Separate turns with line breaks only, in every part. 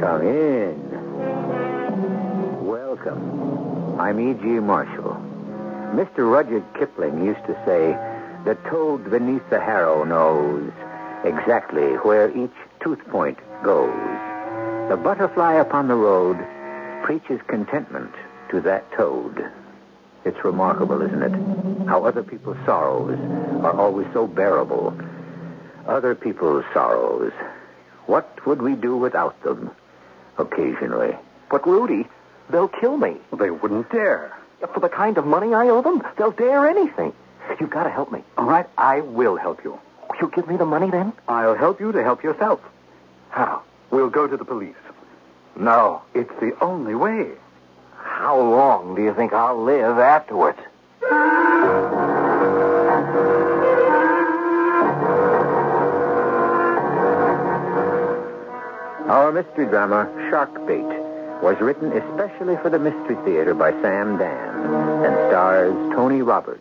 Come in. Welcome. I'm E.G. Marshall. Mr. Rudyard Kipling used to say, The toad beneath the harrow knows exactly where each tooth point goes. The butterfly upon the road preaches contentment to that toad. It's remarkable, isn't it? How other people's sorrows are always so bearable. Other people's sorrows. What would we do without them? Occasionally.
But, Rudy, they'll kill me.
They wouldn't dare.
For the kind of money I owe them, they'll dare anything. You've got to help me.
All right, I will help you.
You'll give me the money then?
I'll help you to help yourself. How? We'll go to the police. No, it's the only way.
How long do you think I'll live afterwards?
Our mystery drama, Shark Bait, was written especially for the Mystery Theater by Sam Dan and stars Tony Roberts.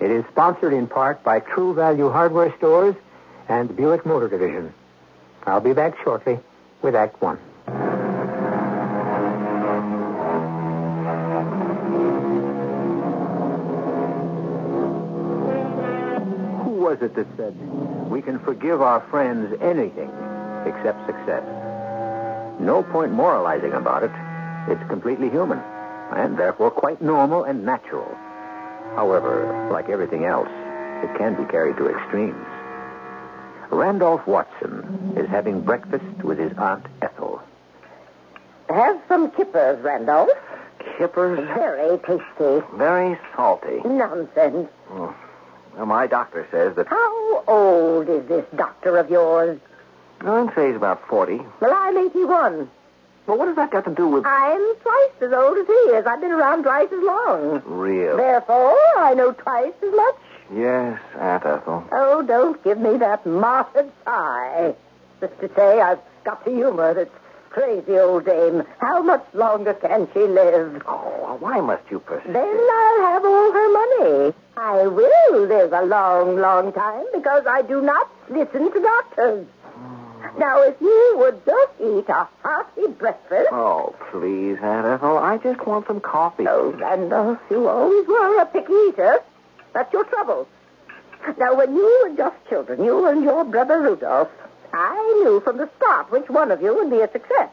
It is sponsored in part by True Value Hardware Stores and Buick Motor Division. I'll be back shortly with Act One. Who was it that said, we can forgive our friends anything except success? No point moralizing about it. It's completely human, and therefore quite normal and natural. However, like everything else, it can be carried to extremes. Randolph Watson is having breakfast with his Aunt Ethel.
Have some kippers, Randolph.
Kippers?
Very tasty.
Very salty.
Nonsense.
Well, my doctor says that.
How old is this doctor of yours?
I'd say he's about 40.
Well, I'm 81.
Well, what has that got to do with...
I'm twice as old as he is. I've been around twice as long.
Real.
Therefore, I know twice as much.
Yes, Aunt Ethel.
Oh, don't give me that martyred sigh. Just to say I've got the humor that's crazy old dame. How much longer can she live?
Oh, why must you persist?
Then I'll have all her money. I will live a long, long time because I do not listen to doctors.
Hmm.
Now, if you would just eat a hearty breakfast.
Oh, please, Aunt Ethel. I just want some coffee.
Oh, Randolph, you always were a picky eater. That's your trouble. Now, when you were just children, you and your brother Rudolph, I knew from the start which one of you would be a success.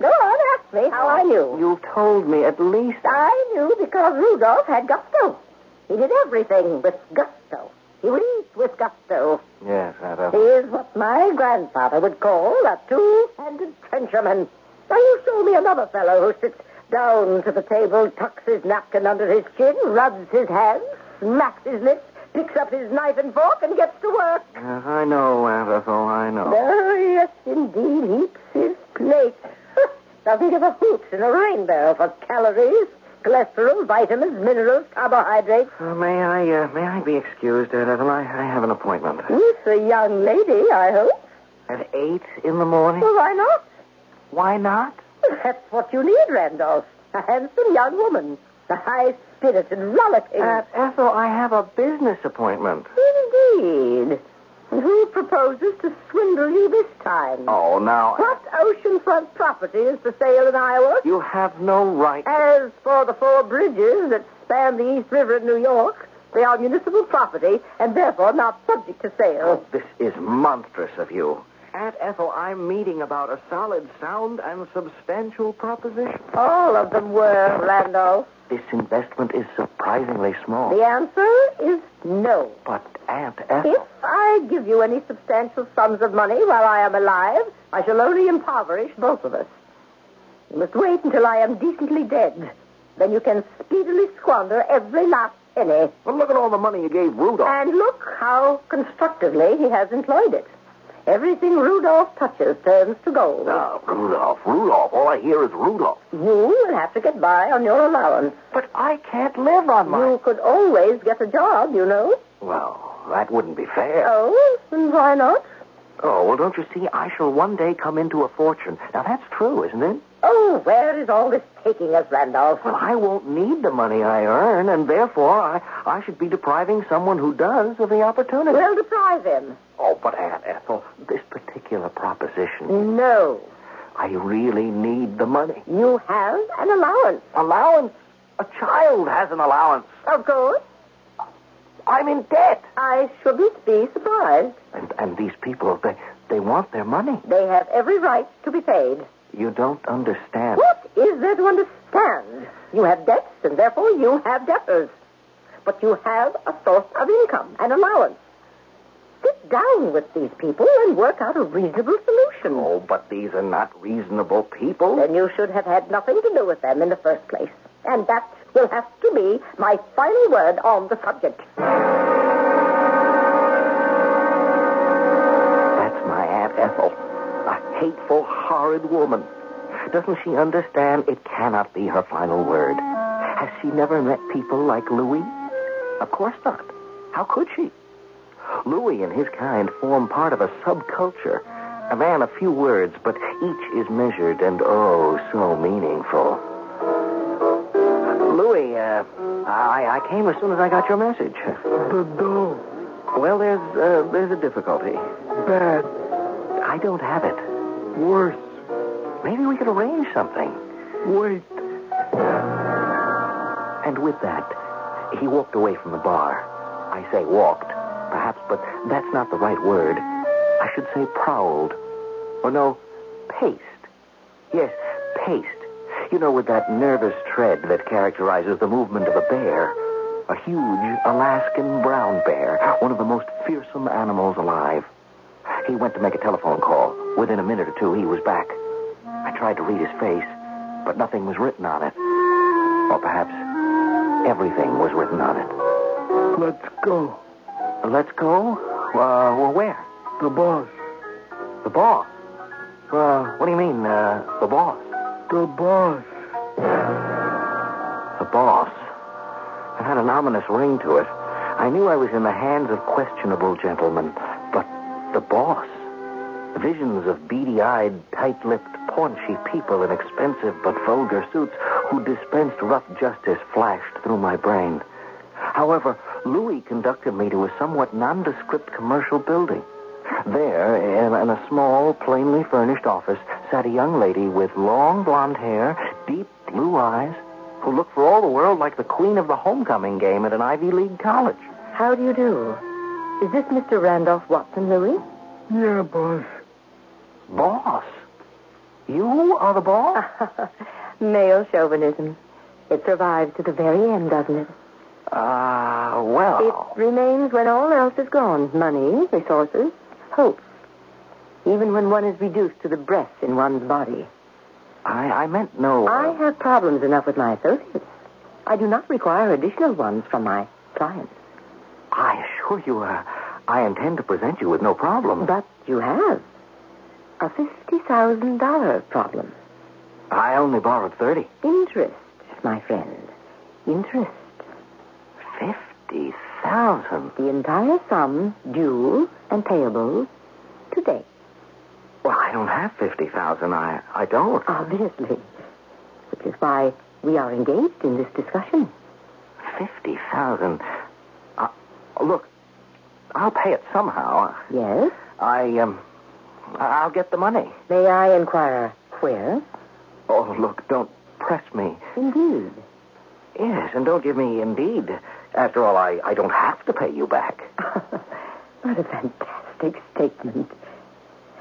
Go on, ask me how I knew.
You told me at least.
I knew because Rudolph had gusto. He did everything with gusto. He would eat with gusto.
Yes, Aunt
He
Ethel.
is what my grandfather would call a two-handed trencherman. Now, you show me another fellow who sits down to the table, tucks his napkin under his chin, rubs his hands, smacks his lips, picks up his knife and fork, and gets to work.
Yes, Uh-huh, I know, Aunt Ethel. I know.
Oh, yes, indeed, heaps his plate. Nothing of a hoops in a rainbow for calories, cholesterol, vitamins, minerals, carbohydrates.
Uh, may I, uh, may I be excused, Aunt Ethel? I, I have an appointment.
With a young lady, I hope.
At eight in the morning?
Well, why not?
Why not?
That's what you need, Randolph. A handsome young woman. A high-spirited, rollicking.
Aunt Ethel, I have a business appointment.
indeed. And who proposes to swindle you this time?
Oh, now.
What oceanfront property is for sale in Iowa?
You have no right.
As for the four bridges that span the East River of New York, they are municipal property and therefore not subject to sale.
This is monstrous of you. Aunt Ethel, I'm meeting about a solid, sound, and substantial proposition.
All of them were, Randolph.
This investment is surprisingly small.
The answer is no.
But, Aunt Ethel.
If I give you any substantial sums of money while I am alive, I shall only impoverish both of us. You must wait until I am decently dead. Then you can speedily squander every last penny.
Well, look at all the money you gave Rudolph.
And look how constructively he has employed it. Everything Rudolph touches turns to gold.
Now, Rudolph, Rudolph. All I hear is Rudolph.
You will have to get by on your allowance.
But I can't live on my.
You could always get a job, you know.
Well, that wouldn't be fair.
Oh, and why not?
Oh, well, don't you see? I shall one day come into a fortune. Now, that's true, isn't it?
Oh, where is all this taking us, Randolph?
Well, I won't need the money I earn, and therefore I, I should be depriving someone who does of the opportunity.
We'll deprive him.
oh, but Aunt Ethel, this particular proposition,
No.
I really need the money.
You have an allowance.
Allowance? A child has an allowance.
Of course.
I'm in debt.
I shouldn't be surprised.
And, and these people, they, they want their money.
They have every right to be paid.
You don't understand.
What is there to understand? You have debts, and therefore you have debtors. But you have a source of income, an allowance. Sit down with these people and work out a reasonable solution.
Oh, but these are not reasonable people.
Then you should have had nothing to do with them in the first place. And that will have to be my final word on the subject.
That's my Aunt Ethel. A hateful, horrid woman. Doesn't she understand it cannot be her final word? Has she never met people like Louis? Of course not. How could she? Louis and his kind form part of a subculture. A man of few words, but each is measured and oh, so meaningful. Louis, uh, I, I came as soon as I got your message. The door. Well, there's uh, there's a difficulty. Bad. I don't have it. Worse. Maybe we could arrange something. Wait. And with that, he walked away from the bar. I say walked, perhaps, but that's not the right word. I should say prowled. Or no, paced. Yes, paced. You know, with that nervous tread that characterizes the movement of a bear. A huge Alaskan brown bear, one of the most fearsome animals alive. He went to make a telephone call. Within a minute or two, he was back. I tried to read his face, but nothing was written on it. Or perhaps everything was written on it. Let's go. Let's go? Uh, well, where? The boss. The boss? Uh, what do you mean, uh, the boss? The boss. The boss. It had an ominous ring to it. I knew I was in the hands of questionable gentlemen, but the boss. Visions of beady eyed, tight lipped, paunchy people in expensive but vulgar suits who dispensed rough justice flashed through my brain. However, Louis conducted me to a somewhat nondescript commercial building. There, in, in a small, plainly furnished office, sat a young lady with long blonde hair, deep blue eyes, who looked for all the world like the queen of the homecoming game at an Ivy League college.
How do you do? Is this Mr. Randolph Watson, Louis?
Yeah, boss. Boss? You are the boss?
Male chauvinism. It survives to the very end, doesn't it?
Ah, well.
It remains when all else is gone money, resources, hope. Even when one is reduced to the breath in one's body.
I, I meant no. uh,
I have problems enough with my associates. I do not require additional ones from my clients.
I assure you, uh, I intend to present you with no problem.
But you have a $50,000 problem.
I only borrowed 30.
Interest, my friend. Interest.
50,000.
The entire sum due and payable today.
Well, I don't have 50,000. I, I don't.
Obviously. Which is why we are engaged in this discussion.
50,000. Uh, look, I'll pay it somehow.
Yes?
I, um, I- I'll get the money.
May I inquire where?
Oh, look, don't press me.
Indeed.
Yes, and don't give me indeed. After all, I, I don't have to pay you back.
what a fantastic statement.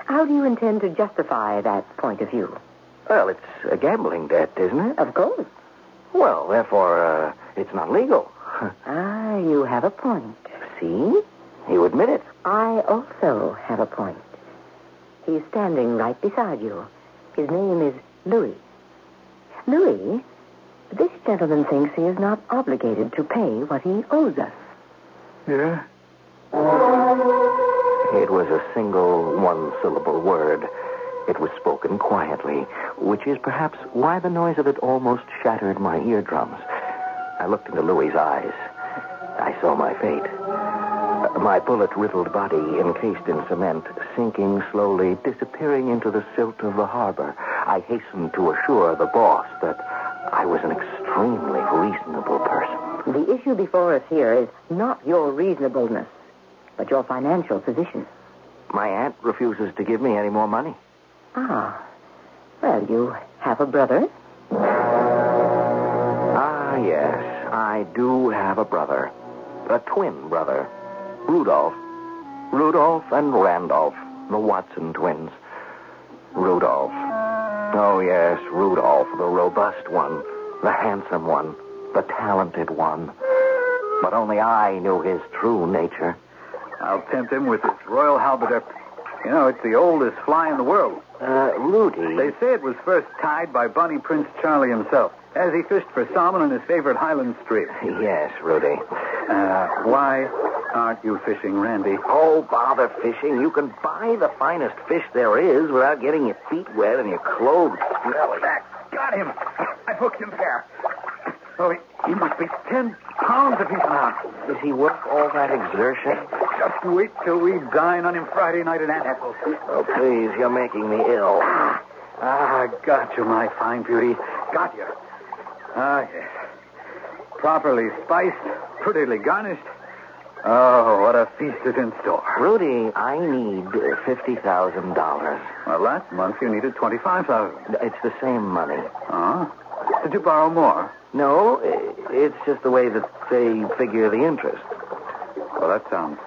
How do you intend to justify that point of view?
Well, it's a gambling debt, isn't it?
Of course.
Well, therefore, uh, it's not legal.
Ah, you have a point.
See? You admit it.
I also have a point. He's standing right beside you. His name is Louis. Louis, this gentleman thinks he is not obligated to pay what he owes us.
Yeah? It was a single one syllable word. It was spoken quietly, which is perhaps why the noise of it almost shattered my eardrums. I looked into Louis's eyes. I saw my fate. Uh, My bullet riddled body, encased in cement, sinking slowly, disappearing into the silt of the harbor. I hastened to assure the boss that I was an extremely reasonable person.
The issue before us here is not your reasonableness, but your financial position.
My aunt refuses to give me any more money.
Ah, well, you have a brother.
Ah, yes. I do have a brother. A twin brother. Rudolph. Rudolph and Randolph, the Watson twins. Rudolph. Oh, yes, Rudolph, the robust one, the handsome one, the talented one. But only I knew his true nature.
I'll tempt him with this Royal Halberdier. You know, it's the oldest fly in the world.
Uh, Rudy.
They say it was first tied by Bonnie Prince Charlie himself as he fished for salmon in his favorite Highland stream.
Yes, Rudy.
Uh, why aren't you fishing, Randy?
Oh, bother fishing. You can buy the finest fish there is without getting your feet wet and your clothes smelly.
Got him. I hooked him there. Oh, he, he must be ten pounds if he's an ounce.
Is he worth all that exertion?
Just wait till we dine on him Friday night at Aunt Ethel's.
Oh, please, you're making me ill.
Ah, got you, my fine beauty. Got you. Ah, yes. Properly spiced, prettily garnished. Oh, what a feast is in store.
Rudy, I need uh, $50,000.
Well, last month you needed 25000
It's the same money.
Huh? Did you borrow more?
No, i- it's just the way that they figure the interest.
Well, that sounds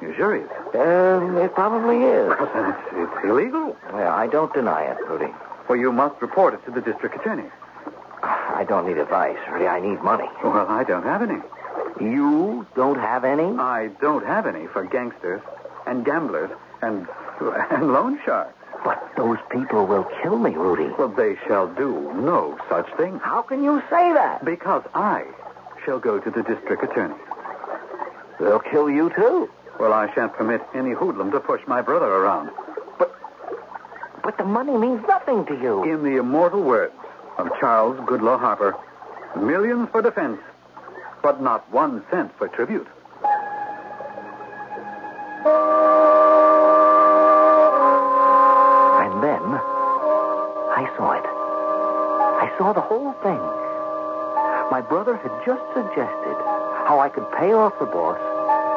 usurious.
Um, it probably is.
It's, it's illegal.
Well, I don't deny it, Rudy.
Well, you must report it to the district attorney.
I don't need advice, Rudy. I need money.
Well, I don't have any.
You don't have any?
I don't have any for gangsters and gamblers and, and loan sharks.
But those people will kill me, Rudy.
Well, they shall do no such thing.
How can you say that?
Because I shall go to the district attorney.
They'll kill you, too.
Well, I shan't permit any hoodlum to push my brother around. But
But the money means nothing to you.
In the immortal words of Charles Goodloe Harper, millions for defense, but not one cent for tribute.
And then I saw it. I saw the whole thing. My brother had just suggested how I could pay off the boss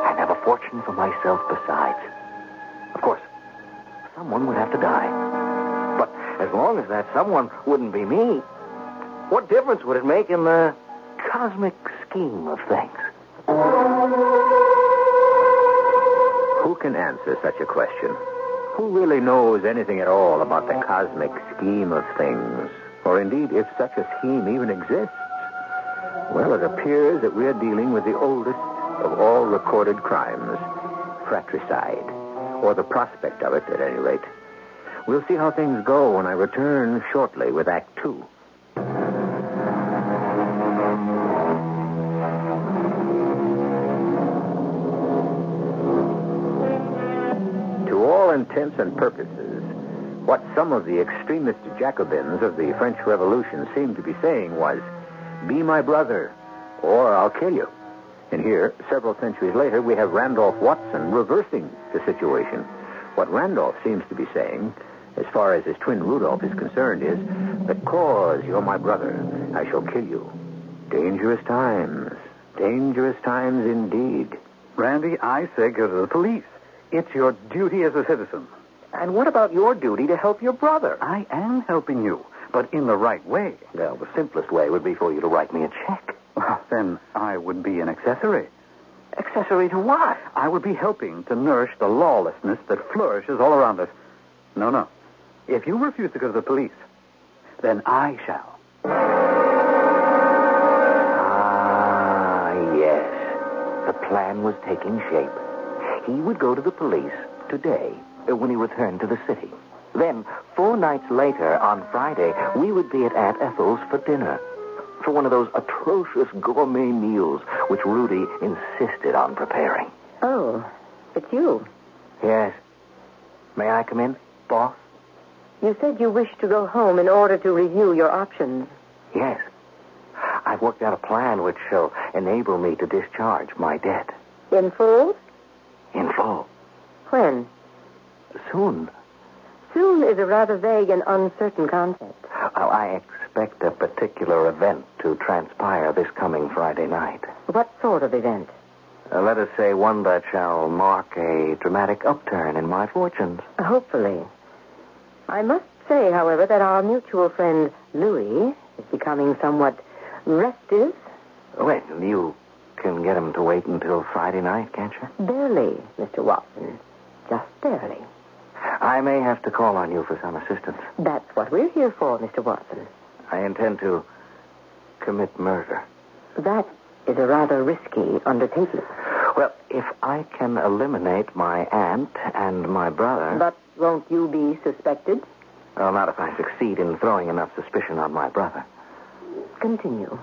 and have a fortune for myself besides. Of course, someone would have to die. But as long as that someone wouldn't be me, what difference would it make in the cosmic scheme of things?
Who can answer such a question? Who really knows anything at all about the cosmic scheme of things? Or indeed, if such a scheme even exists? Well, it appears that we're dealing with the oldest of all recorded crimes fratricide, or the prospect of it at any rate. We'll see how things go when I return shortly with Act Two. To all intents and purposes, what some of the extremist Jacobins of the French Revolution seemed to be saying was, Be my brother, or I'll kill you. And here, several centuries later, we have Randolph Watson reversing the situation. What Randolph seems to be saying, as far as his twin Rudolph is concerned, is, Because you're my brother, I shall kill you. Dangerous times. Dangerous times indeed.
Randy, I say go to the police. It's your duty as a citizen.
And what about your duty to help your brother?
I am helping you, but in the right way.
Well, the simplest way would be for you to write me a check.
Well, Ah, then I would be an accessory.
Accessory to what?
I would be helping to nourish the lawlessness that flourishes all around us. No, no. If you refuse to go to the police, then I shall.
Ah, yes. The plan was taking shape. He would go to the police today uh, when he returned to the city. Then, four nights later, on Friday, we would be at Aunt Ethel's for dinner. For one of those atrocious gourmet meals which Rudy insisted on preparing.
Oh, it's you.
Yes. May I come in, boss?
You said you wished to go home in order to review your options.
Yes. I've worked out a plan which shall enable me to discharge my debt
In full?
in full.
When?
Soon.
Soon is a rather vague and uncertain concept.
Well, I expect a particular event to transpire this coming Friday night.
What sort of event?
Uh, let us say one that shall mark a dramatic upturn in my fortunes.
Hopefully. I must say, however, that our mutual friend Louis is becoming somewhat restive.
Well, you can get him to wait until Friday night, can't you?
Barely, Mr. Watson. Just barely.
I may have to call on you for some assistance.
That's what we're here for, Mr. Watson.
I intend to commit murder.
That is a rather risky undertaking.
Well, if I can eliminate my aunt and my brother.
But won't you be suspected?
Well, not if I succeed in throwing enough suspicion on my brother.
Continue.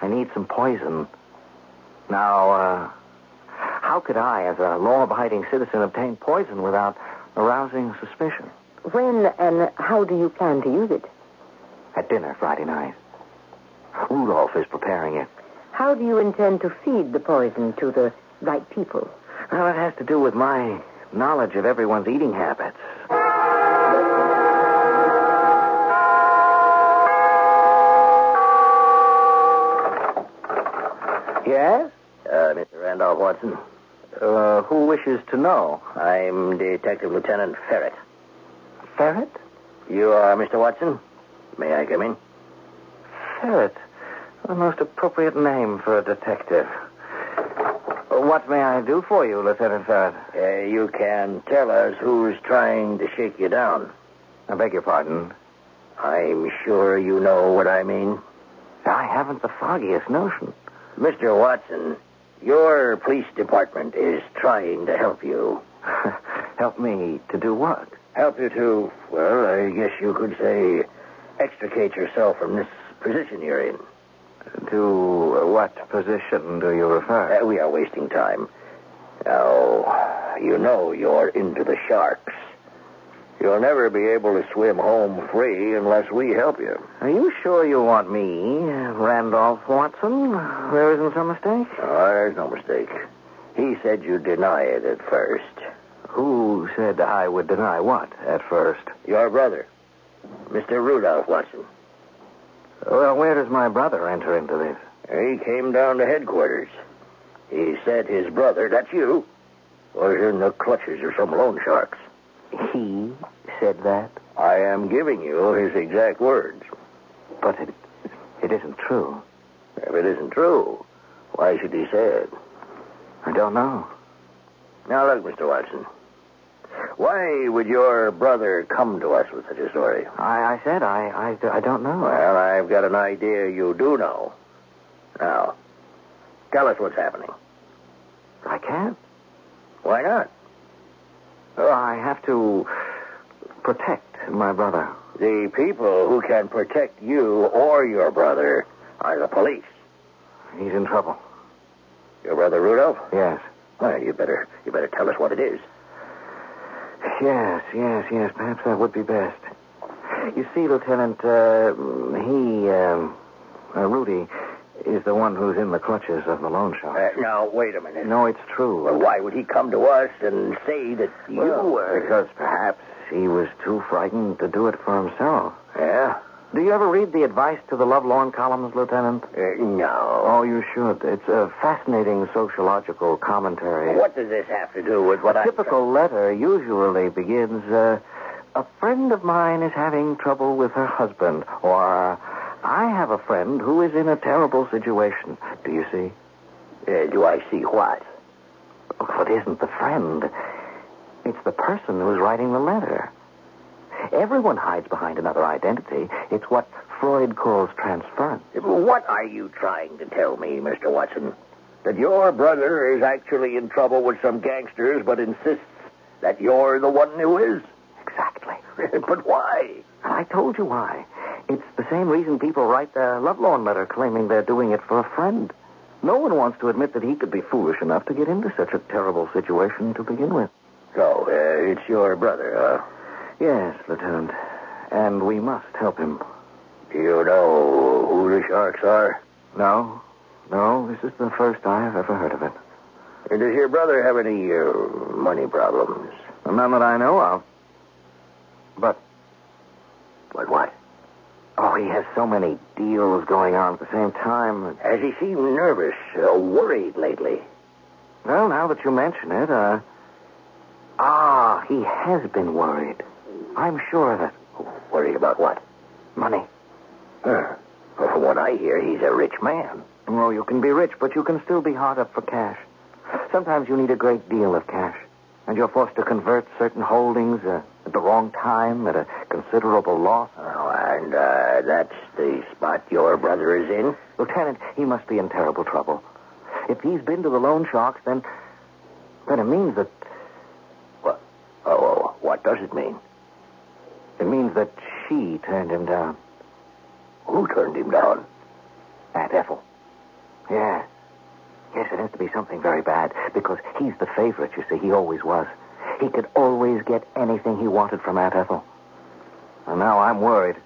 I need some poison. Now, uh, how could I, as a law abiding citizen, obtain poison without arousing suspicion?
When and how do you plan to use it?
At dinner Friday night. Rudolph is preparing it.
How do you intend to feed the poison to the right people?
Well, it has to do with my knowledge of everyone's eating habits. Yes? Uh, Mr. Randolph Watson. Uh, who wishes to know? I'm Detective Lieutenant Ferret. Ferret? You are Mr. Watson. May I come in? Ferret. The most appropriate name for a detective. What may I do for you, Lieutenant Ferret? Uh, you can tell us who's trying to shake you down. I beg your pardon. I'm sure you know what I mean. I haven't the foggiest notion. Mr. Watson, your police department is trying to help you. help me to do what? Help you to, well, I guess you could say, extricate yourself from this position you're in. To what position do you refer? Uh, we are wasting time. Now, you know you're into the sharks.
You'll never be able to swim home free unless we help you.
Are you sure you want me, Randolph Watson? There isn't some mistake?
Oh, there's no mistake. He said you'd deny it at first.
Who said I would deny what at first?
Your brother, Mr. Rudolph Watson.
Well, where does my brother enter into this?
He came down to headquarters. He said his brother, that's you, was in the clutches of some loan sharks.
He said that?
I am giving you his exact words.
But it, it isn't true.
If it isn't true, why should he say it?
I don't know.
Now, look, Mr. Watson. Why would your brother come to us with such a story?
I, I said I, I, I don't know.
Well, I've got an idea you do know. Now, tell us what's happening.
I can't.
Why not?
Oh, I have to protect my brother.
The people who can protect you or your brother are the police.
He's in trouble.
Your brother Rudolph?
Yes.
Well, you better you better tell us what it is.
Yes, yes, yes. Perhaps that would be best. You see, Lieutenant, uh, he, um, uh, Rudy, is the one who's in the clutches of the loan shark.
Uh, now, wait a minute.
No, it's true.
Well, why would he come to us and say that you
Well,
were?
Because perhaps he was too frightened to do it for himself.
Yeah?
Do you ever read the advice to the Lovelorn columns, Lieutenant?
Uh, no.
Oh, you should. It's a fascinating sociological commentary.
What does this have to do with what
a
I...
typical letter usually begins, uh, a friend of mine is having trouble with her husband, or I have a friend who is in a terrible situation. Do you see?
Uh, do I see what?
But it isn't the friend. It's the person who's writing the letter. Everyone hides behind another identity. It's what Freud calls transference.
What are you trying to tell me, Mr. Watson? That your brother is actually in trouble with some gangsters, but insists that you're the one who is?
Exactly.
but why?
And I told you why. It's the same reason people write their lovelorn letter claiming they're doing it for a friend. No one wants to admit that he could be foolish enough to get into such a terrible situation to begin with.
So, uh, it's your brother, huh?
Yes, Lieutenant. And we must help him.
Do you know who the sharks are?
No, no, this is the first I have ever heard of it.
And does your brother have any uh, money problems?
None that I know of. But
But what?
Oh, he has so many deals going on at the same time.
Has he seemed nervous, uh, worried lately?
Well, now that you mention it, uh. Ah, he has been worried. I'm sure of it.
Worried about what?
Money.
Huh. Well, from what I hear, he's a rich man.
Oh, you can be rich, but you can still be hard up for cash. Sometimes you need a great deal of cash, and you're forced to convert certain holdings uh, at the wrong time at a considerable loss.
Oh, and uh, that's the spot your brother is in?
Lieutenant, he must be in terrible trouble. If he's been to the loan sharks, then. then it means that.
What? Oh, what does it mean?
It means that she turned him down.
Who turned him down?
That Ethel. Yeah. Yes, it has to be something very bad because he's the favorite, you see. He always was. He could always get anything he wanted from Aunt Ethel. And now I'm worried.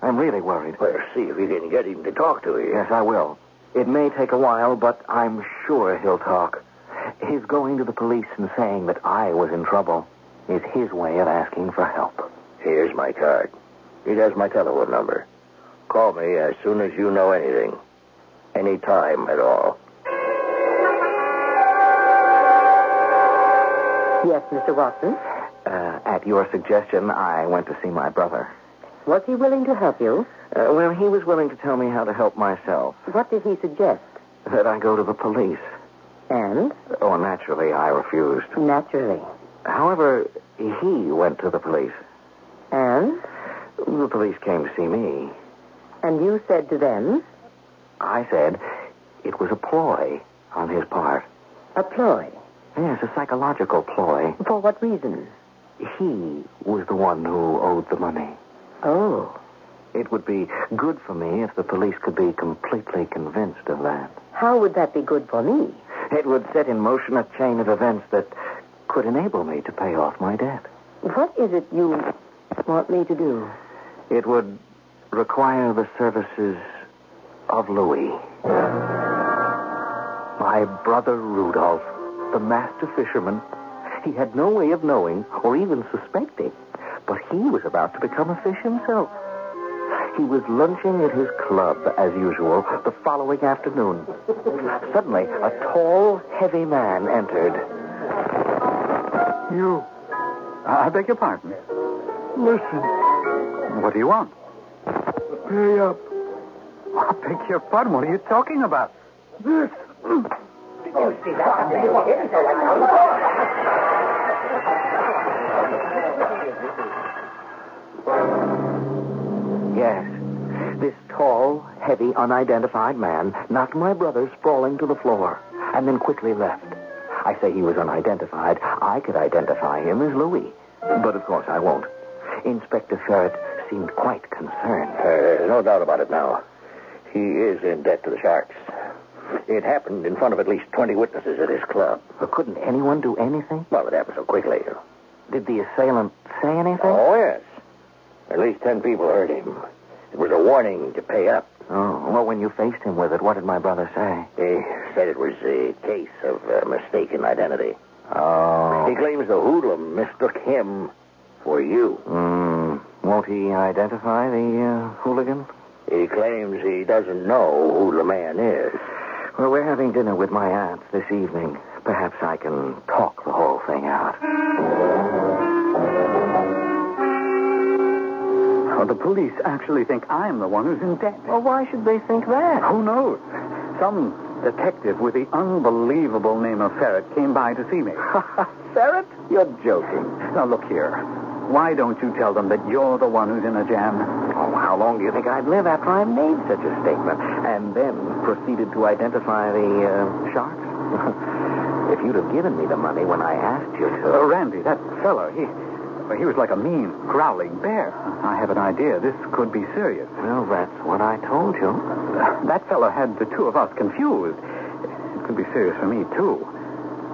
I'm really worried.
Well, see if you can get him to talk to you.
Yes, I will. It may take a while, but I'm sure he'll talk. His going to the police and saying that I was in trouble is his way of asking for help.
Here's my card. It has my telephone number. Call me as soon as you know anything. Any time at all.
Yes, Mr. Watson.
Uh, at your suggestion, I went to see my brother.
Was he willing to help you?
Uh, well, he was willing to tell me how to help myself.
What did he suggest?
that I go to the police.
And?
Oh, naturally, I refused.
Naturally.
However, he went to the police.
And?
The police came to see me.
And you said to them,
I said it was a ploy on his part.
a ploy.
Yes, a psychological ploy.
For what reason?
He was the one who owed the money.
Oh.
It would be good for me if the police could be completely convinced of that.
How would that be good for me?
It would set in motion a chain of events that could enable me to pay off my debt.
What is it you want me to do?
It would require the services of Louis. My brother Rudolph, the master fisherman. He had no way of knowing or even suspecting, but he was about to become a fish himself. He was lunching at his club, as usual, the following afternoon. Suddenly, a tall, heavy man entered.
You. I beg your pardon. Listen. What do you want? Pay up. I beg your pardon. What are you talking about? This.
You see that? What
Yes. This tall, heavy, unidentified man knocked my brother sprawling to the floor and then quickly left. I say he was unidentified. I could identify him as Louis. But of course I won't. Inspector Ferret seemed quite concerned.
Uh, no doubt about it now. He is in debt to the Sharks. It happened in front of at least 20 witnesses at his club.
But couldn't anyone do anything?
Well, it happened so quickly.
Did the assailant say anything?
Oh, yes. At least 10 people heard him. It was a warning to pay up.
Oh, well, when you faced him with it, what did my brother say?
They said it was a case of uh, mistaken identity.
Oh.
He claims the hoodlum mistook him for you.
Hmm. Won't he identify the uh, hooligan?
He claims he doesn't know who the man is.
Well, we're having dinner with my aunt this evening. Perhaps I can talk the whole thing out.
Oh, the police actually think I'm the one who's in debt.
Well, why should they think that?
Who knows? Some detective with the unbelievable name of Ferret came by to see me.
Ferret? You're joking.
now, look here. Why don't you tell them that you're the one who's in a jam?
Oh, how long do you think I'd live after I made such a statement and then proceeded to identify the uh, sharks? if you'd have given me the money when I asked you
Uh,
to.
Randy, that fellow, he, well, he was like a mean, growling bear. I have an idea. This could be serious.
Well, that's what I told you.
That fellow had the two of us confused. It could be serious for me, too.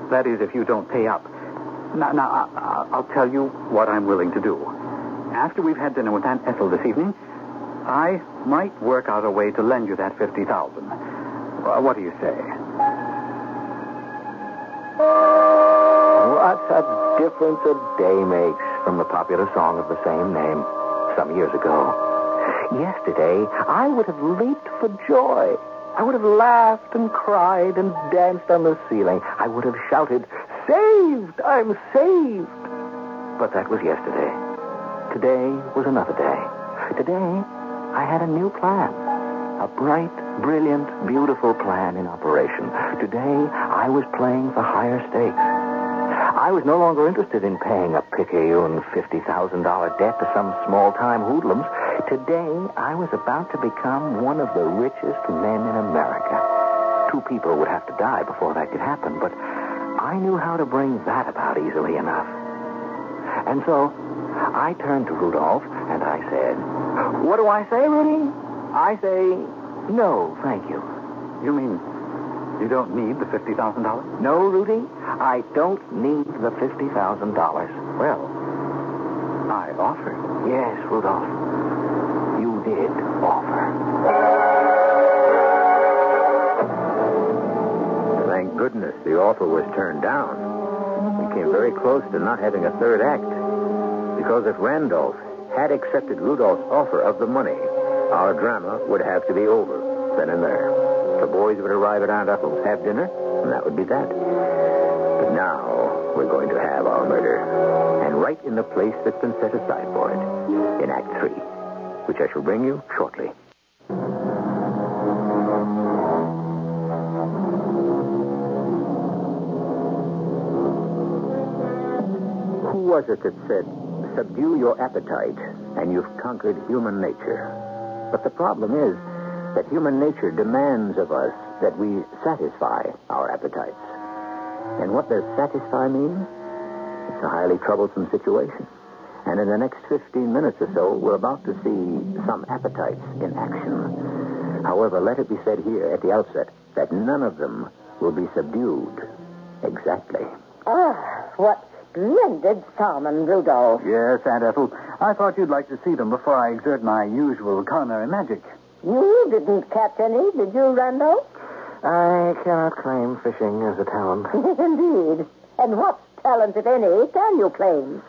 That is, if you don't pay up. Now, now I- I, I'll tell you what I'm willing to do. After we've had dinner with Aunt Ethel this evening, I might work out a way to lend you that 50000 uh, What do you say?
What a difference a day makes from the popular song of the same name some years ago. Yesterday, I would have leaped for joy. I would have laughed and cried and danced on the ceiling. I would have shouted, Saved! I'm saved! But that was yesterday. Today was another day. Today, I had a new plan. A bright, brilliant, beautiful plan in operation. Today, I was playing for higher stakes. I was no longer interested in paying a picayune $50,000 debt to some small-time hoodlums. Today, I was about to become one of the richest men in America. Two people would have to die before that could happen, but I knew how to bring that about easily enough. And so I turned to Rudolph and I said, What do I say, Rudy? I say, no, thank you.
You mean you don't need the $50,000?
No, Rudy, I don't need the $50,000. Well,
I offered.
yes, Rudolph, you did offer.
Thank goodness the offer was turned down. We came very close to not having a third act. Because if Randolph had accepted Rudolph's offer of the money, our drama would have to be over then and there. The boys would arrive at Aunt Ethel's, have dinner, and that would be that. But now we're going to have our murder, and right in the place that's been set aside for it, in Act Three, which I shall bring you shortly. Who was it that said, subdue your appetite and you've conquered human nature? But the problem is that human nature demands of us that we satisfy our appetites. And what does satisfy mean? It's a highly troublesome situation. And in the next 15 minutes or so, we're about to see some appetites in action. However, let it be said here at the outset that none of them will be subdued exactly.
Ah, what splendid salmon, Rudolph.
Yes, Aunt Ethel. I thought you'd like to see them before I exert my usual culinary magic.
You didn't catch any, did you, Randolph?
I cannot claim fishing as a talent.
Indeed. And what talent, if any, can you claim?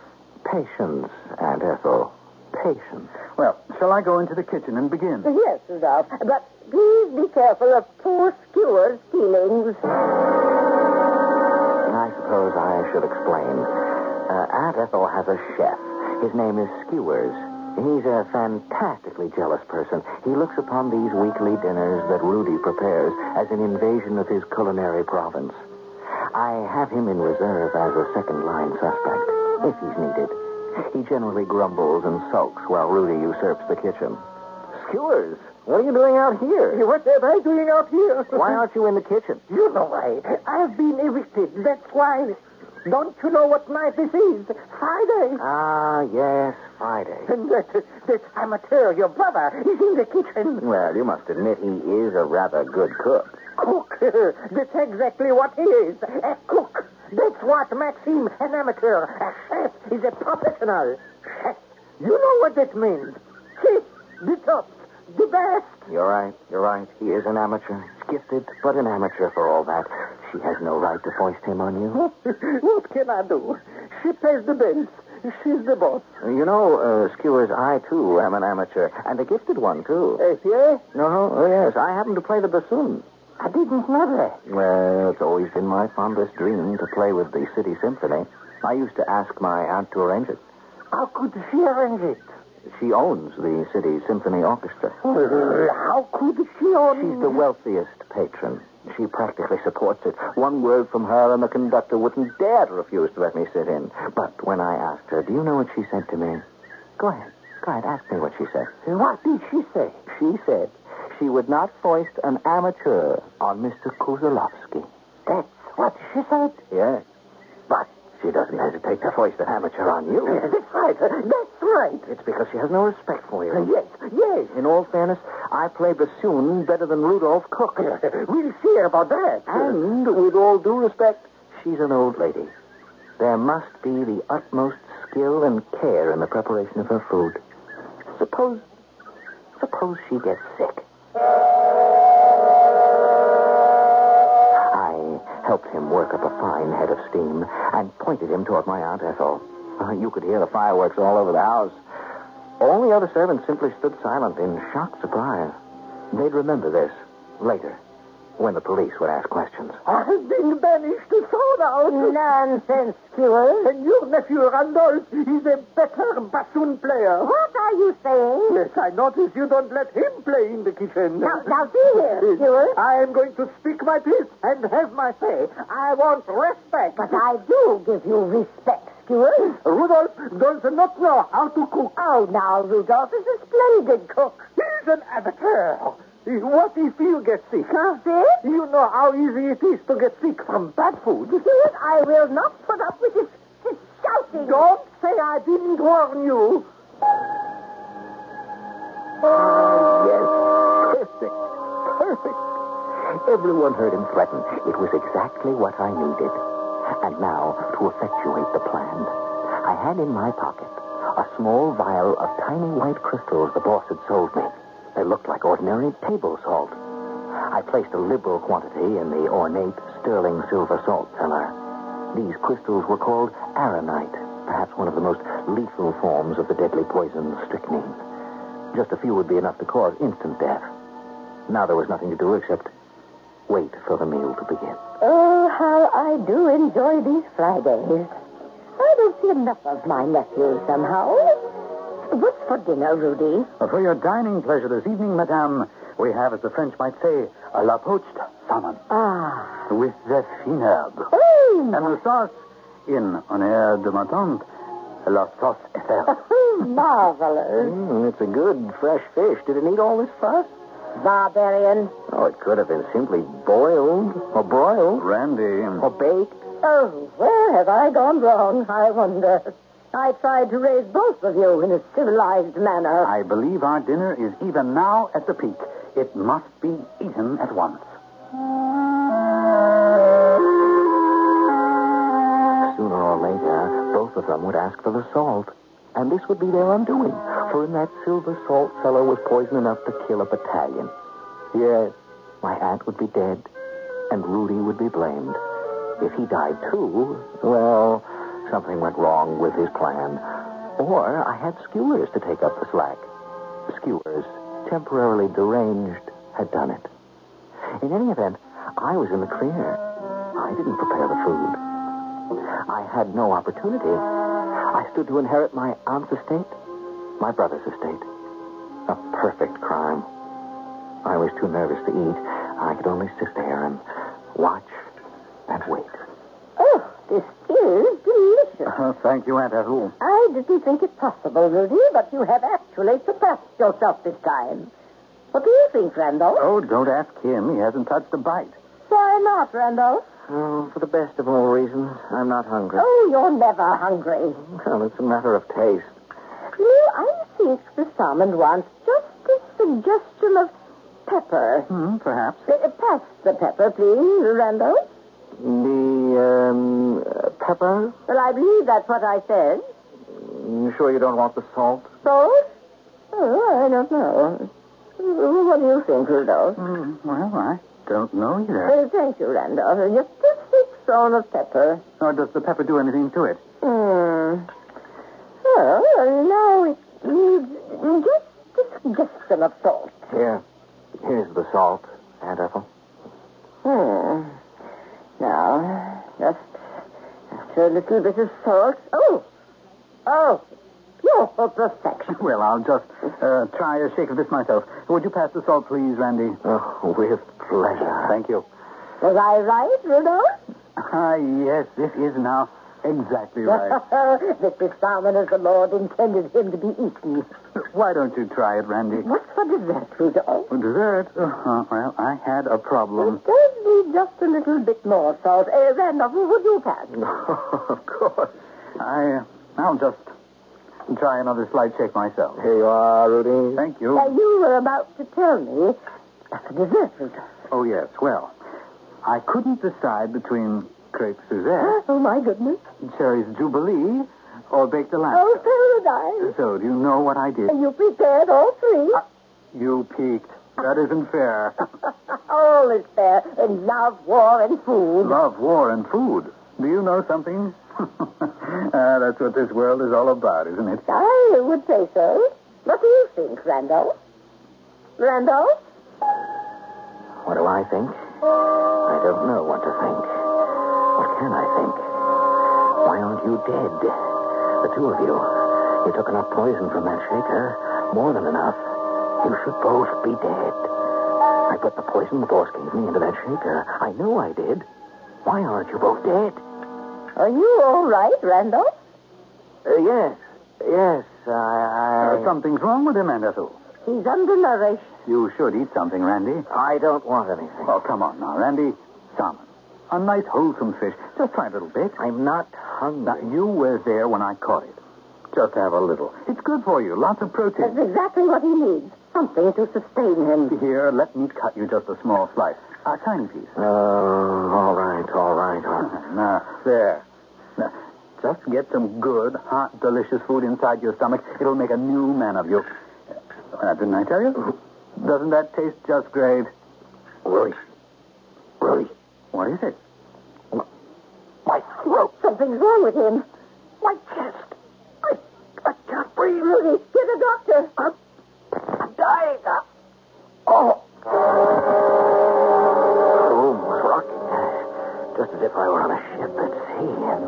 Patience, Aunt Ethel. Patience.
Well, shall I go into the kitchen and begin?
Yes, Rudolph. But please be careful of poor Skewer's feelings.
I suppose I should explain. Uh, Aunt Ethel has a chef. His name is Skewers. He's a fantastically jealous person. He looks upon these weekly dinners that Rudy prepares as an invasion of his culinary province. I have him in reserve as a second line suspect, if he's needed. He generally grumbles and sulks while Rudy usurps the kitchen. Skewers, what are you doing out here?
What am I doing out here?
Why aren't you in the kitchen?
You know why. I've been evicted. That's why. Don't you know what night this is? Friday.
Ah, yes, Friday.
And that, that amateur, your brother, is in the kitchen.
Well, you must admit he is a rather good cook.
Cook. That's exactly what he is. A cook. That's what Maxime, an amateur. A chef is a professional. Chef. You know what that means. Chef, the top, the best.
You're right, you're right. He is an amateur. Gifted, but an amateur for all that. She has no right to foist him on you.
what can I do? She pays the bills. She's the boss.
You know, uh, Skewers, I too am an amateur, and a gifted one too.
Eh, yeah?
No, oh yes, I happen to play the bassoon.
I didn't know that.
Well, it's always been my fondest dream to play with the City Symphony. I used to ask my aunt to arrange it.
How could she arrange it?
She owns the City Symphony Orchestra.
Well, How could she own...
She's the wealthiest patron. She practically supports it. One word from her, and the conductor wouldn't dare to refuse to let me sit in. But when I asked her, do you know what she said to me? Go ahead. Go ahead, ask me what she said.
What did she say?
She said she would not foist an amateur on Mr. Kuzalovsky.
That's what she said.
Yes. But she doesn't hesitate to foist an amateur on you.
That's right. That's right. Uh,
It's because she has no respect for you.
Yes, yes.
In all fairness, I play bassoon better than Rudolph Cook.
We'll see about that.
And with all due respect, she's an old lady. There must be the utmost skill and care in the preparation of her food. Suppose, suppose she gets sick. I helped him work up a fine head of steam and pointed him toward my Aunt Ethel. Uh, You could hear the fireworks all over the house. All the other servants simply stood silent in shocked surprise. They'd remember this later when the police would ask questions.
I've been banished to Thornhouse.
Nonsense, Skewer.
And your nephew Randolph is a better bassoon player.
What are you saying?
Yes, I notice you don't let him play in the kitchen.
Now, now see here, Skewer.
I am going to speak my piece and have my say. I want respect.
But I do give you respect, Skewer.
Rudolph does not know how to cook.
Oh, now, Rudolph is a splendid cook.
He's an amateur. What if you get sick, huh?
Sick?
You know how easy it is to get sick from bad food.
Skewer, I will not put up with his, his shouting.
Don't say I didn't warn you.
Oh,
Ah, yes. Perfect. Perfect. Everyone heard him threaten. It was exactly what I needed. And now, to effectuate the plan, I had in my pocket a small vial of tiny white crystals the boss had sold me. They looked like ordinary table salt. I placed a liberal quantity in the ornate sterling silver salt cellar. These crystals were called aronite, perhaps one of the most lethal forms of the deadly poison strychnine. Just a few would be enough to cause instant death. Now there was nothing to do except wait for the meal to begin.
Oh, how I do enjoy these Fridays. I don't see enough of my nephews somehow. What's for dinner, Rudy?
Well, Uh, for your dining pleasure this evening, madame, we have, as the French might say, a la poached salmon
Ah,
with the fin herb.
mm,
And the sauce, in honneur de ma tante, la sauce Ethel.
marvelous.
Mm, it's a good, fresh fish. Did it need all this fuss?
Barbarian.
Oh, it could have been simply boiled or broiled
Randy,
or baked.
Oh, where have I gone wrong, I wonder? I tried to raise both of you in a civilized manner.
I believe our dinner is even now at the peak. It must be eaten at once.
Sooner or later, of them would ask for the salt. And this would be their undoing, for in that silver salt cellar was poison enough to kill a battalion. Yes, my aunt would be dead, and Rudy would be blamed. If he died too, well, something went wrong with his plan. Or I had Skewers to take up the slack. Skewers, temporarily deranged, had done it. In any event, I was in the clear. I didn't prepare the food. I had no opportunity. I stood to inherit my aunt's estate, my brother's estate. A perfect crime. I was too nervous to eat. I could only sit there and watch and wait.
Oh, this is delicious.
Oh, thank you, Aunt Ahu.
I didn't think it possible, Rudy, but you have actually surpassed yourself this time. What do you think, Randolph?
Oh, don't ask him. He hasn't touched a bite.
Why not, Randolph?
Oh, for the best of all reasons, I'm not hungry.
Oh, you're never hungry.
Well, it's a matter of taste.
You know, I think the salmon wants just a suggestion of pepper.
Hmm, perhaps.
Uh, pass the pepper, please, Randolph.
The, um, uh, pepper?
Well, I believe that's what I said.
You sure you don't want the salt?
Salt? Oh, I don't know. Uh, What do you think, Rudolph?
Hmm, well, I don't know either.
Well, thank you, Randolph. Just a thick zone of pepper.
Or does the pepper do anything to it?
Hmm. Well, now it needs just a suggestion of salt.
Here. Here's the salt, Aunt Ethel.
Hmm. Now, just after a little bit of salt. Oh! Oh! You're for perfection.
Well, I'll just uh, try a shake of this myself. Would you pass the salt, please, Randy?
Oh, with pleasure.
Thank you.
Was I right, Rudolph?
Ah, yes, this is now exactly right.
this salmon as the Lord intended him to be eaten.
Why don't you try it, Randy?
What's for dessert, Rudolph?
For dessert? Uh-huh. Well, I had a problem.
It does need just a little bit more salt. Uh, Randolph, would you pass?
of course. I, uh, I'll just try another slight shake myself.
Here you are, Rudy.
Thank
Now,
you.
you were about to tell me for dessert, Rudolph.
Oh, yes. Well, I couldn't decide between crepe Suzette,
Oh, my goodness.
Cherry's Jubilee, or baked Alaska.
Oh, paradise.
So, do you know what I did?
And you prepared all three.
You peaked. That isn't fair.
All is fair in love, war, and food.
Love, war, and food. Do you know something? Ah, that's what this world is all about, isn't it?
I would say so. What do you think, Randolph? Randolph?
What do I think? I don't know what to think. What can I think? Why aren't you dead? The two of you. You took enough poison from that shaker. More than enough. You should both be dead. I put the poison the boss gave me into that shaker. I know I did. Why aren't you both dead?
Are you all right, Randolph?
Uh, yes. Yes, I... I...
Uh, something's wrong with him, Aunt Ethel.
He's undernourished.
You should eat something, Randy.
I don't want anything.
Oh, come on now, Randy. Salmon. A nice, wholesome fish. Just try a little bit.
I'm not
Now,
hungry.
you were there when I caught it. Just have a little. It's good for you. Lots of
That's
protein.
exactly what he needs. Something to sustain him.
Here, let me cut you just a small slice. A tiny piece.
Uh, all right, all right, all right.
Now, there. Now, just get some good, hot, delicious food inside your stomach. It'll make a new man of you. Uh, didn't I tell you? Doesn't that taste just great?
Willie. Willie.
What is it?
My throat.
Something's wrong with him.
My chest. I, I can't breathe.
Rudy, get a doctor.
I'm, I'm dying. I'm- oh. The room was rocking, uh, just as if I were on a ship at sea. And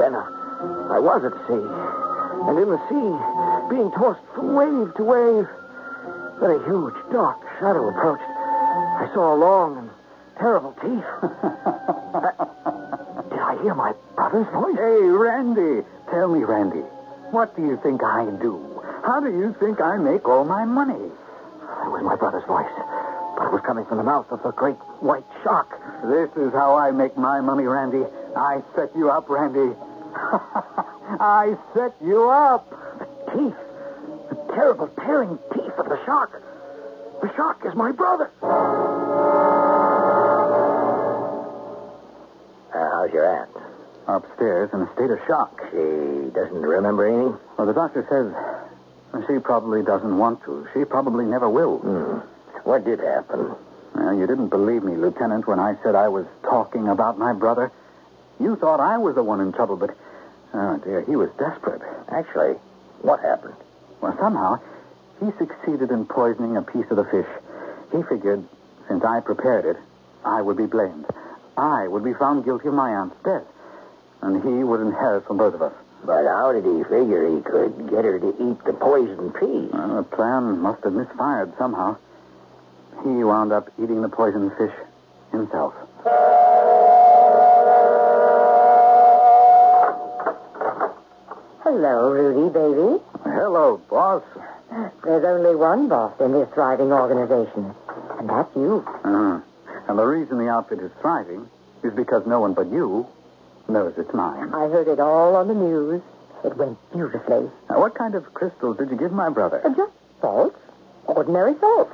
then uh, I was at sea. And in the sea, being tossed from wave to wave. Then a huge, dark shadow approached. I saw long and terrible teeth. I- did I hear my brother's voice?
Hey, Randy. Tell me, Randy. What do you think I do? How do you think I make all my money?
It was my brother's voice, but it was coming from the mouth of the great white shark.
This is how I make my money, Randy. I set you up, Randy. I set you up.
The teeth, the terrible tearing teeth of the shark. The shark is my brother.
how's your aunt?
upstairs in a state of shock.
She doesn't remember anything?
Well, the doctor says she probably doesn't want to. She probably never will.
Hmm. What did happen?
Well, you didn't believe me, Lieutenant, when I said I was talking about my brother. You thought I was the one in trouble, but, oh dear, he was desperate.
Actually, what happened?
Well, somehow, he succeeded in poisoning a piece of the fish. He figured, since I prepared it, I would be blamed. I would be found guilty of my aunt's death. And he would inherit from both of us.
But how did he figure he could get her to eat the poisoned peas?
Well, the plan must have misfired somehow. He wound up eating the poisoned fish himself.
Hello, Rudy, baby.
Hello, boss.
There's only one boss in this thriving organization, and that's you.
Uh-huh. And the reason the outfit is thriving is because no one but you knows it's mine.
I heard it all on the news. It went beautifully.
Now, what kind of crystals did you give my brother?
But just salt. Ordinary salt.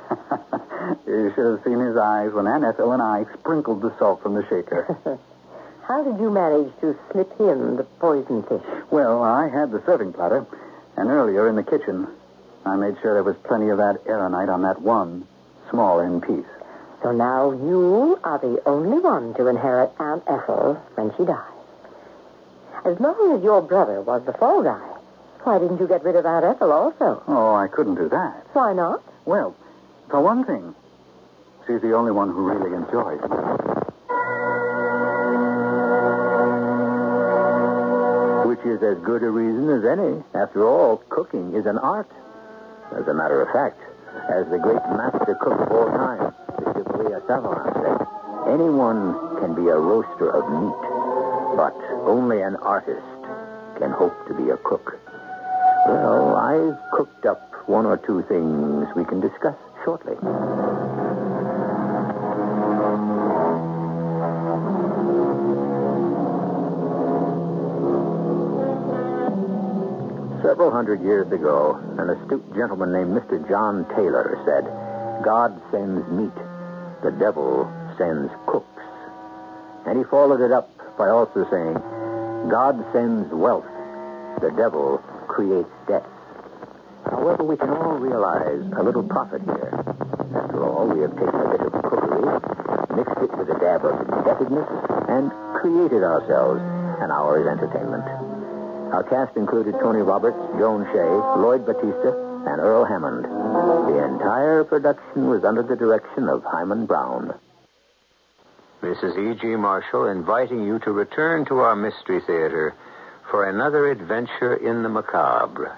you should have seen his eyes when Aunt Ethel and I sprinkled the salt from the shaker.
How did you manage to slip him the poison fish?
well, I had the serving platter, and earlier in the kitchen, I made sure there was plenty of that aeronite on that one small end piece.
So now you are the only one to inherit Aunt Ethel when she dies. As long as your brother was the fall guy, why didn't you get rid of Aunt Ethel also?
Oh, I couldn't do that.
Why not?
Well, for one thing, she's the only one who really enjoys
Which is as good a reason as any. After all, cooking is an art. As a matter of fact, as the great master cook of all time, Mr. Maria Savarin said, anyone can be a roaster of meat, but only an artist can hope to be a cook. Well, I've cooked up one or two things we can discuss shortly. Several hundred years ago, an astute gentleman named Mr. John Taylor said, God sends meat, the devil sends cooks. And he followed it up by also saying, God sends wealth, the devil creates debts. However, we can all realize a little profit here. After all, we have taken a bit of cookery, mixed it with a dab of indebtedness, and created ourselves an hour's entertainment. Our cast included Tony Roberts, Joan Shea, Lloyd Batista, and Earl Hammond. The entire production was under the direction of Hyman Brown. This is E.G. Marshall inviting you to return to our Mystery Theater for another adventure in the macabre.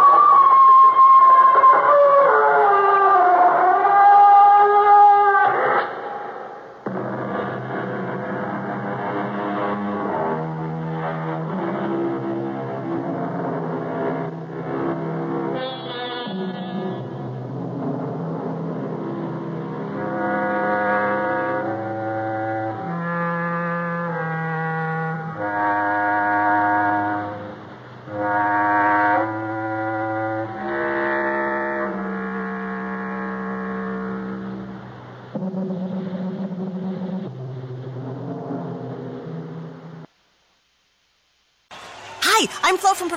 Hi, I'm Flo from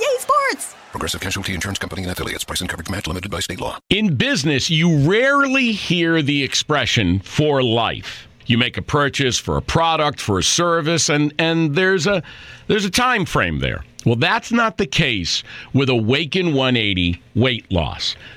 Yay, sports!
Progressive Casualty Insurance Company and affiliates. Price and coverage match limited by state law.
In business, you rarely hear the expression for life. You make a purchase for a product, for a service, and, and there's a there's a time frame there. Well, that's not the case with Awaken 180 weight loss.